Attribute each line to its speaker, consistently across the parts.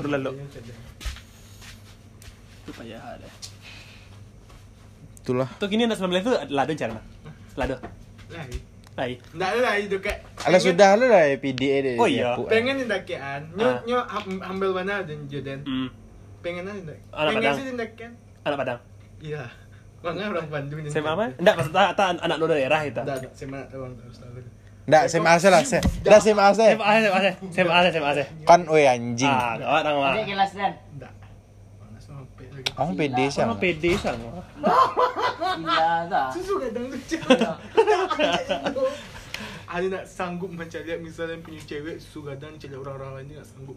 Speaker 1: ഒരു ലല്ലോ
Speaker 2: Itu payah ada.
Speaker 3: Itulah.
Speaker 2: Tuh gini ada 19 itu lado cara. Lado.
Speaker 1: Lai.
Speaker 2: Lai.
Speaker 1: Ndak lai tu kat.
Speaker 3: Ala sudah lu dah PDA dia. lah.
Speaker 2: Oh, iya.
Speaker 1: Pengen tindakan. Nyo
Speaker 2: Ah.
Speaker 1: nyo hum- humble mana dan Jordan.
Speaker 2: Hmm.
Speaker 1: Pengen lah tindak.
Speaker 2: Anak
Speaker 1: Pengen
Speaker 2: Padang.
Speaker 1: sih tindakan.
Speaker 2: Anak Padang.
Speaker 1: Iya. Bangga Ya. orang Bandung dan.
Speaker 2: Saya eh? mama? Enggak maksudnya ata anak lu daerah itu.
Speaker 1: Ndak ndak saya mana orang harus tahu.
Speaker 3: Ndak same asal lah. Sam. Ndak same asal.
Speaker 2: Saya ase, saya ase, saya ase, saya ase.
Speaker 3: Kan oi anjing.
Speaker 2: Ah, kawan orang mah.
Speaker 4: Ini kelas dan.
Speaker 1: Ndak. Mana sama pet lagi.
Speaker 3: Kamu PD
Speaker 2: Sama
Speaker 3: sama.
Speaker 2: PD sama.
Speaker 4: Iya dah.
Speaker 1: Susu kadang lucu. Ada nak sanggup mencari misalnya punya cewek susu kadang cari orang-orang lain dia nak sanggup.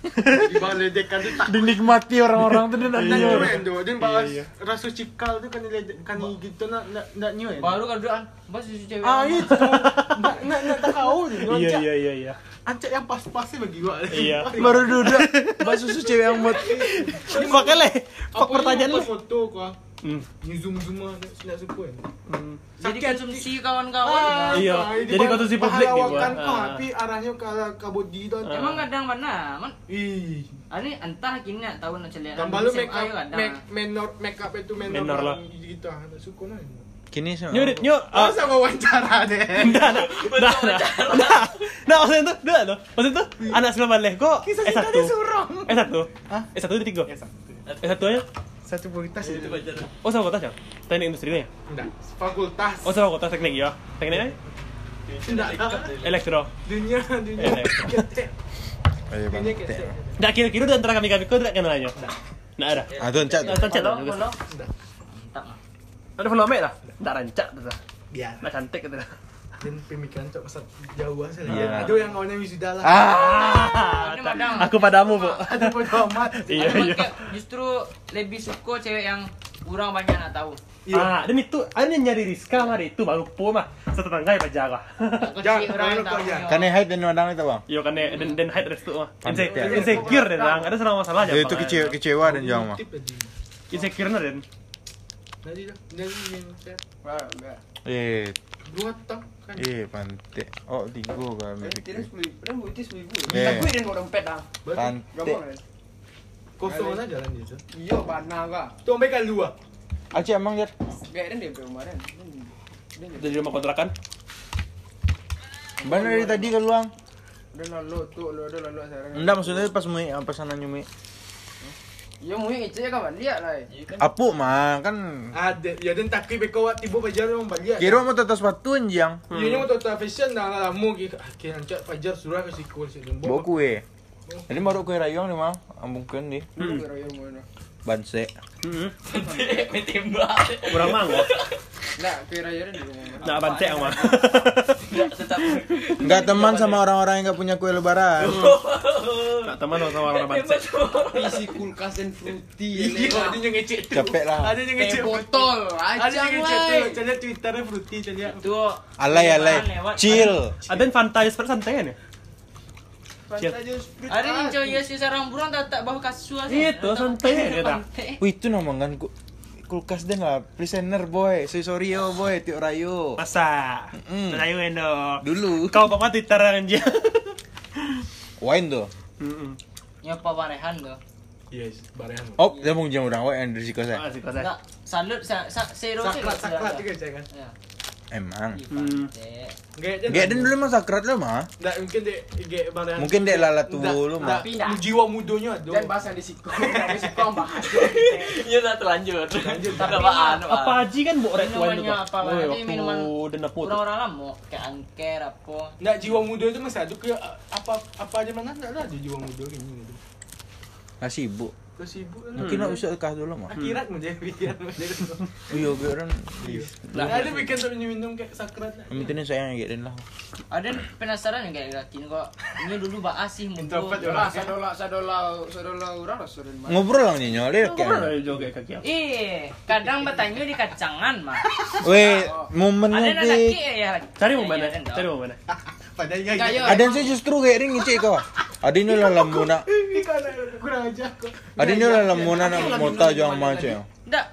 Speaker 1: Di bawah ledekan tu tak
Speaker 3: Dinikmati orang-orang tu dia nak
Speaker 1: Nak
Speaker 3: tidur.
Speaker 1: nyuen tu Dia bawa rasa cikal tu kan dia kan gitu nak nak nak nyuen.
Speaker 4: Baru kan duduk kan. Bas susu cewek.
Speaker 1: Ah itu. Nak nak nak tahu ni.
Speaker 2: Iya iya iya iya.
Speaker 1: Ancak yang pas-pas ni bagi gua.
Speaker 2: Iya.
Speaker 3: Baru duduk. Mbak susu cewek yang buat.
Speaker 2: Pakai le. Pak pertanyaan lu.
Speaker 1: lu. Foto kau. ah?
Speaker 2: Hmm.
Speaker 1: Ni zoom zoom ah nak nak sepuan.
Speaker 2: hmm.
Speaker 1: sakit.
Speaker 4: Jadi
Speaker 1: Ah,
Speaker 4: konsumsi kawan-kawan. kan?
Speaker 2: iya. Jadi konsumsi publik dia buat.
Speaker 1: dia buat.
Speaker 2: Ah.
Speaker 1: Tapi arahnya lah, ke arah kabodi tu.
Speaker 2: Ah.
Speaker 4: Emang kadang mana? Man,
Speaker 1: Ih.
Speaker 4: ani entah kini nak tahu nak celia.
Speaker 1: Dan baru make
Speaker 4: ayo
Speaker 1: up
Speaker 4: kadang.
Speaker 1: make- menor make up itu menor
Speaker 2: Menor lah.
Speaker 1: Gitu ah nak suku lah.
Speaker 3: Kini sama.
Speaker 2: Nyu nyu. ah,
Speaker 1: Masa wawancara deh.
Speaker 2: Dah, dah, dah, dah, dah. Nah, maksudnya tuh, dah loh. Maksudnya tuh, anak sembilan belas kok
Speaker 1: Kisah
Speaker 2: S1.
Speaker 1: cinta dia surong.
Speaker 2: S1.
Speaker 1: Hah?
Speaker 2: S1 di tiga.
Speaker 1: Ya, satu.
Speaker 2: S1 nya
Speaker 1: Satu prioritas itu baca.
Speaker 2: oh sama kota ya? Teknik industri nya.
Speaker 1: Enggak, fakultas.
Speaker 2: Oh sama kota teknik ya. Tekniknya
Speaker 1: enggak.
Speaker 2: elektro.
Speaker 1: Dunia dunia.
Speaker 2: Eh, eh.
Speaker 1: Kecek.
Speaker 3: Ayo Oh, bang.
Speaker 1: Dunia kecek.
Speaker 2: Nah, kira-kira di antara kami-kami kok tidak kenal aja. Nah, ada.
Speaker 3: Ah tu encak tu.
Speaker 2: Nah, tancak tuh.
Speaker 4: Kalau
Speaker 2: juga.
Speaker 4: kalau
Speaker 1: Enggak.
Speaker 4: tak mah.
Speaker 2: Ada follow me lah. Enggak rancak tuh. dah.
Speaker 1: Biar.
Speaker 2: Nah, cantik gitu.
Speaker 1: Dan pemikiran cok masa jauh asal.
Speaker 2: Iya.
Speaker 1: Ya. Aduh yang awalnya wisuda lah.
Speaker 2: Ah,
Speaker 4: Ini madam.
Speaker 2: aku padamu, Bu.
Speaker 1: Aduh bodo amat.
Speaker 2: Iya,
Speaker 4: Ada
Speaker 2: iya.
Speaker 4: pakai Justru lebih suka cewek yang kurang banyak nak tahu.
Speaker 1: Iya.
Speaker 2: Ah, dan itu, ane nyari Rizka mari itu baru poma satu tangga ya pajaga.
Speaker 4: Takut
Speaker 1: Jangan,
Speaker 4: si orang
Speaker 1: jangan
Speaker 4: yang tahu.
Speaker 1: lupa, jangan.
Speaker 3: Kan hai dan orang itu bang.
Speaker 2: Yo kan eh, dan dan hide restu mah. Inse-
Speaker 3: Cantik, ya.
Speaker 2: Insecure deh, Bang. Ada sama masalah aja.
Speaker 3: Dia
Speaker 2: Bang.
Speaker 3: itu Eh, kecewa, kecewa dan jauh mah.
Speaker 1: Tip aja.
Speaker 2: Insecure nah, Den.
Speaker 1: Nanti dah. Nanti yang chat.
Speaker 3: Eh,
Speaker 1: Dua tak kan.
Speaker 3: eh pantik. Oh, tigo kan.
Speaker 5: Eh,
Speaker 1: Eh.
Speaker 5: Tapi dia orang pet ah.
Speaker 1: Berarti
Speaker 3: Pantik.
Speaker 1: Kosong lah jalan dia tu.
Speaker 5: Iya, bana ka.
Speaker 1: Tu ambil kat luar.
Speaker 3: Acik emang dia.
Speaker 5: Gak ada dia kemarin. Hmm.
Speaker 2: Dari rumah kontrakan.
Speaker 3: Benar dari tadi ke luang.
Speaker 5: Dia lalu tu, lalu dia lalu sekarang.
Speaker 3: Enggak maksudnya pas mui apa sana nyumi.
Speaker 5: Iya, mungkin itu ya kawan dia lah.
Speaker 3: Apu mah kan
Speaker 1: Ada. Ya dan takut bekawat tiba pajar orang balik.
Speaker 3: kira mau tetes batu anjang.
Speaker 2: Hmm.
Speaker 1: Iya ni waktu tak fashion dah lah lama ke akhirnya cak pajar surah ke sikul sik lembok.
Speaker 3: Bawa kue. Jadi baru kue rayong nih mah. Ambungkan di
Speaker 5: Dulu kira yang mana.
Speaker 3: banse.
Speaker 2: Heeh.
Speaker 4: Main tembak.
Speaker 2: Mm-hmm. Kurang mangga.
Speaker 5: Nah, kira yang di rumah.
Speaker 2: Nah, bante yang mah.
Speaker 4: Tetap.
Speaker 3: Enggak teman sama orang-orang yang enggak punya kue lebaran.
Speaker 2: Nah, teman sama orang bante.
Speaker 5: Isi kulkas dan fruity.
Speaker 1: Iya, ada yang ngecek tu.
Speaker 3: Capek lah.
Speaker 1: Ada yang
Speaker 5: Teh
Speaker 1: ngecek.
Speaker 5: botol,
Speaker 1: Ada
Speaker 5: ajang
Speaker 1: yang ngecek tu.
Speaker 5: lah.
Speaker 1: Cak lihat Twitter dia fruity cak lihat.
Speaker 4: Itu.
Speaker 3: Alay alay.
Speaker 4: kan?
Speaker 3: Chill.
Speaker 2: Ada yang Fanta Jesper santai kan ya?
Speaker 4: Hari ni cowok ya si sarang burung tak tak bawa kasur.
Speaker 2: Itu, santai aja, dah.
Speaker 3: Wih itu nama kan ku- kulkas dan lah prisoner boy. Sorry sorry yo boy tiok rayo.
Speaker 2: Masa.
Speaker 3: Mm.
Speaker 2: Saya endo.
Speaker 3: Dulu
Speaker 2: Kau kok mati terang aja.
Speaker 3: wine tuh.
Speaker 2: Heeh.
Speaker 4: Ya pawarehan tu.
Speaker 1: Yes, barang.
Speaker 3: Oh, dia mau jam orang wine dari si kos ya?
Speaker 2: Masih kosai.
Speaker 4: Tak salut sa sa zero
Speaker 1: Sakrat sakrat juga cak kan.
Speaker 4: Ya.
Speaker 3: Emang.
Speaker 2: Hmm.
Speaker 1: Gaya dia.
Speaker 3: Gak dan dulu emang sakrat lah mah.
Speaker 1: Tak kan? mungkin dia gaya barang.
Speaker 3: Mungkin dia lalat tubuh lu mah.
Speaker 1: Tapi jiwa mudanya ada.
Speaker 5: Dan bahasa di siku, di siku bahas.
Speaker 4: Ya dah terlanjur. Terlanjur. Tak ada
Speaker 2: Apa aji kan buat orang tua itu.
Speaker 4: Minumannya apa lah,
Speaker 2: Woi,
Speaker 4: ini minuman
Speaker 2: waktu dan apa tuh.
Speaker 4: Orang-orang lama kayak angker apa.
Speaker 1: Nak jiwa muda tu masih ada ke uh, apa apa aja mana tak lah ada jiwa muda ni gitu.
Speaker 3: Nggak sibuk.
Speaker 1: Kau sibuk lah. Hmm.
Speaker 3: Mungkin nak usah Lah, kah dulu mah.
Speaker 1: Akhirat mu dia pikiran mu dia.
Speaker 3: Iya, gue orang.
Speaker 1: Lah ada bikin tak minum kayak sakrat lah.
Speaker 3: Yang penting sayang gak dan lah.
Speaker 4: Ada yang penasaran yang kayak gerakin kok. Ini dulu bahas sih mutu.
Speaker 1: Introvert
Speaker 5: Lah, sadola, sadola, sadola orang lah, sadola.
Speaker 3: Ngobrol lah nyonya, dia kayak.
Speaker 2: Orang joget kaki aku.
Speaker 4: Eh, kadang bertanya di kacangan mah.
Speaker 3: Weh,
Speaker 4: Ada
Speaker 3: momennya
Speaker 4: nak
Speaker 3: di
Speaker 4: laki ya, ya.
Speaker 2: Cari mau mana?
Speaker 4: Ya, ya,
Speaker 2: Cari mau mana?
Speaker 1: Padahal
Speaker 4: Enggak, yo.
Speaker 3: ada yang saya justru kayak ring ngecek kau. Ada ini lah lambuna.
Speaker 1: Ini kau nak kurang aja kau.
Speaker 3: Ada ini lah lambuna nak mota jangan macam.
Speaker 4: Enggak.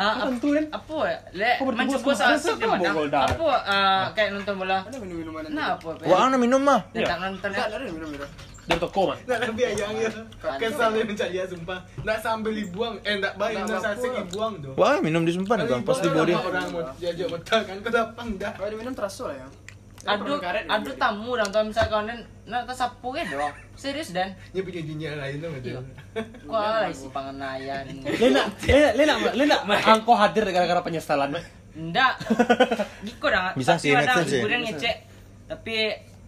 Speaker 4: Ah,
Speaker 2: Kan
Speaker 4: ap-
Speaker 2: tulen.
Speaker 4: apa le
Speaker 2: Kau bertemu
Speaker 4: mencuba
Speaker 2: sama
Speaker 4: saat di
Speaker 2: sama
Speaker 4: mana
Speaker 2: Bogor dah.
Speaker 4: apa ah, kayak nonton bola
Speaker 5: Ada minum-minuman
Speaker 4: nah apa
Speaker 3: Wah, nak minum mah.
Speaker 4: tentang nonton eh?
Speaker 5: Enggak, ada minum-minuman.
Speaker 2: dari toko man
Speaker 1: Nak lebih ayang ya.
Speaker 4: Pantas.
Speaker 1: Kesal dia mencari dia sumpah. Nak sambil dibuang, eh nak baik nak
Speaker 5: Nak lah. buat
Speaker 1: sasik
Speaker 5: apa?
Speaker 1: dibuang tu.
Speaker 3: Wah, minum disimpan
Speaker 1: lah Kalau
Speaker 3: kan pas
Speaker 1: dibuang,
Speaker 3: di body.
Speaker 1: nama Orang mau jajak betul kan kau lapang dah.
Speaker 5: Kalau diminum terasa lah ya.
Speaker 4: Aduh, aduh tamu dan kalau misalnya kau dan nak tak sapu ke doang. Serius dan.
Speaker 1: Dia punya dunia lain tu betul.
Speaker 4: Kau lah isi pengenayan.
Speaker 2: Lena, Lena, Lena, Lena, angko Ah, hadir gara-gara penyesalan. man.
Speaker 4: Ndak. Giko dah.
Speaker 3: Bisa sih, make
Speaker 4: ada
Speaker 3: sense sih.
Speaker 4: hiburan ngecek. Tapi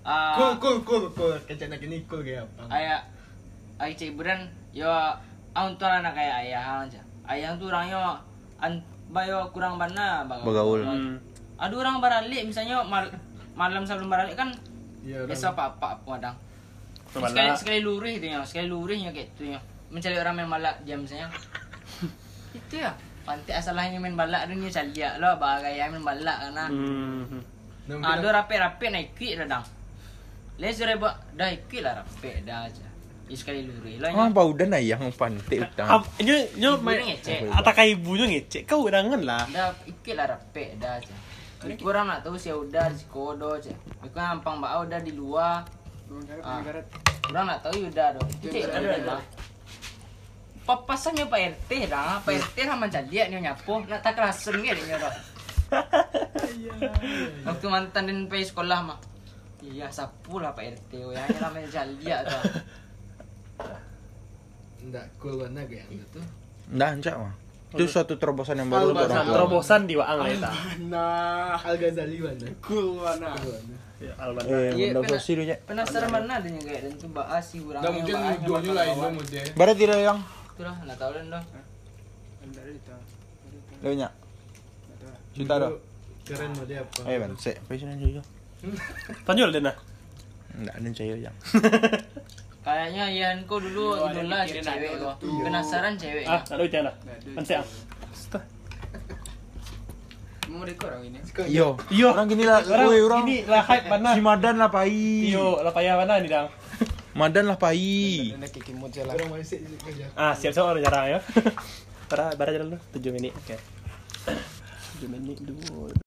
Speaker 4: ah,
Speaker 1: Cool cool cool cool. Kecak nak kini cool kayak apa?
Speaker 4: ayah ayah cek hiburan yo ahun tuan anak kayak ayah aja. Ayah tu orang yo an bayo kurang bana bagaul.
Speaker 3: Bagaul.
Speaker 2: Hmm.
Speaker 4: Aduh orang baralik misalnya mal- malam sebelum baralik kan
Speaker 1: Ya, orang-
Speaker 4: biasa apa-apa padang. Sekali
Speaker 2: Kembali.
Speaker 4: sekali lurih tu ya, sekali lurihnya kayak tu ya. Mencari orang main balak jam saya. Itu ya. Pantai asalnya main balak dunia caliak lah bagai yang main balak kan lah. kana.
Speaker 2: Hmm.
Speaker 1: Nama
Speaker 4: Ada
Speaker 1: kita-
Speaker 4: rapi-rapi naik kuit dah dang. Lain sudah buat dah ikut lah rapi dah aja. Ini sekali lurih lah.
Speaker 3: Ah, bau dan ayang pantai utang.
Speaker 2: Ab, Ah, nyo, nyo,
Speaker 4: Ibu
Speaker 2: main,
Speaker 4: dia ngecek.
Speaker 2: ataka ibunya ngecek, kau urangan lah.
Speaker 4: Dah ikut lah rapi dah aja. Kurang nak tahu saya udah si kodo aja. Aku hampang bau dah di luar. Ah.
Speaker 5: Karet.
Speaker 4: Orang nak tahu Yuda tu. Cik
Speaker 5: Yuda,
Speaker 4: ada
Speaker 5: Yuda.
Speaker 4: dah. Papasannya Pak RT dah, Pak RT lah macam dia ni nyapu, nak tak kerasen ke dia tu. Waktu mantan dan pergi sekolah mah. Iya, sapu lah Pak RT, oh yang lah macam dia tu.
Speaker 1: Nggak cool mana kayak yang tu.
Speaker 3: Dah ancak mah. Itu suatu terobosan yang baru
Speaker 1: Terobosan,
Speaker 3: buat orang tua.
Speaker 2: Terobosan di Waang lah tak.
Speaker 5: Nah,
Speaker 1: Al Ghazali mana?
Speaker 5: cool mana.
Speaker 1: Cool mana?
Speaker 2: Ya, Alban.
Speaker 3: Eh,
Speaker 4: Iya,
Speaker 3: benda
Speaker 4: pernah-
Speaker 3: fosil je.
Speaker 4: Penasaran mana dia kayak dan tu bahas si orang.
Speaker 1: Dah mungkin lah, duanya lain tu mungkin.
Speaker 3: Barat tidak yang
Speaker 4: Itulah, nak tahu dan dah.
Speaker 5: Enggak ada itu. Enggak
Speaker 3: lewanya.
Speaker 5: ada.
Speaker 3: Cinta dah.
Speaker 1: Keren model apa?
Speaker 3: Eh, ban, sek fashion aja yo.
Speaker 2: Tanjol dena.
Speaker 3: Enggak ada cahaya yang.
Speaker 4: Kayaknya Yan kau dulu
Speaker 5: Yo, ada
Speaker 4: idola
Speaker 5: pikiran
Speaker 4: cewek
Speaker 5: ada
Speaker 4: tu.
Speaker 5: tu.
Speaker 4: Penasaran cewek.
Speaker 2: Ah, ada itu lah.
Speaker 5: Nggak ada.
Speaker 2: Nanti ah.
Speaker 5: Mau rekor orang ini.
Speaker 3: Yo.
Speaker 2: Yo.
Speaker 3: Orang gini lah,
Speaker 2: Orang
Speaker 3: woi orang.
Speaker 2: ini lah hype mana?
Speaker 3: Si Madan lah pai.
Speaker 2: Yo, lah payah mana ni dang?
Speaker 3: Madan lah pai.
Speaker 5: Ada kiki mood jalan.
Speaker 1: Orang masih kerja.
Speaker 2: Ah, siap siap orang jarang ya. Para bara jalan dulu. 7 menit. Oke. 7 menit dulu.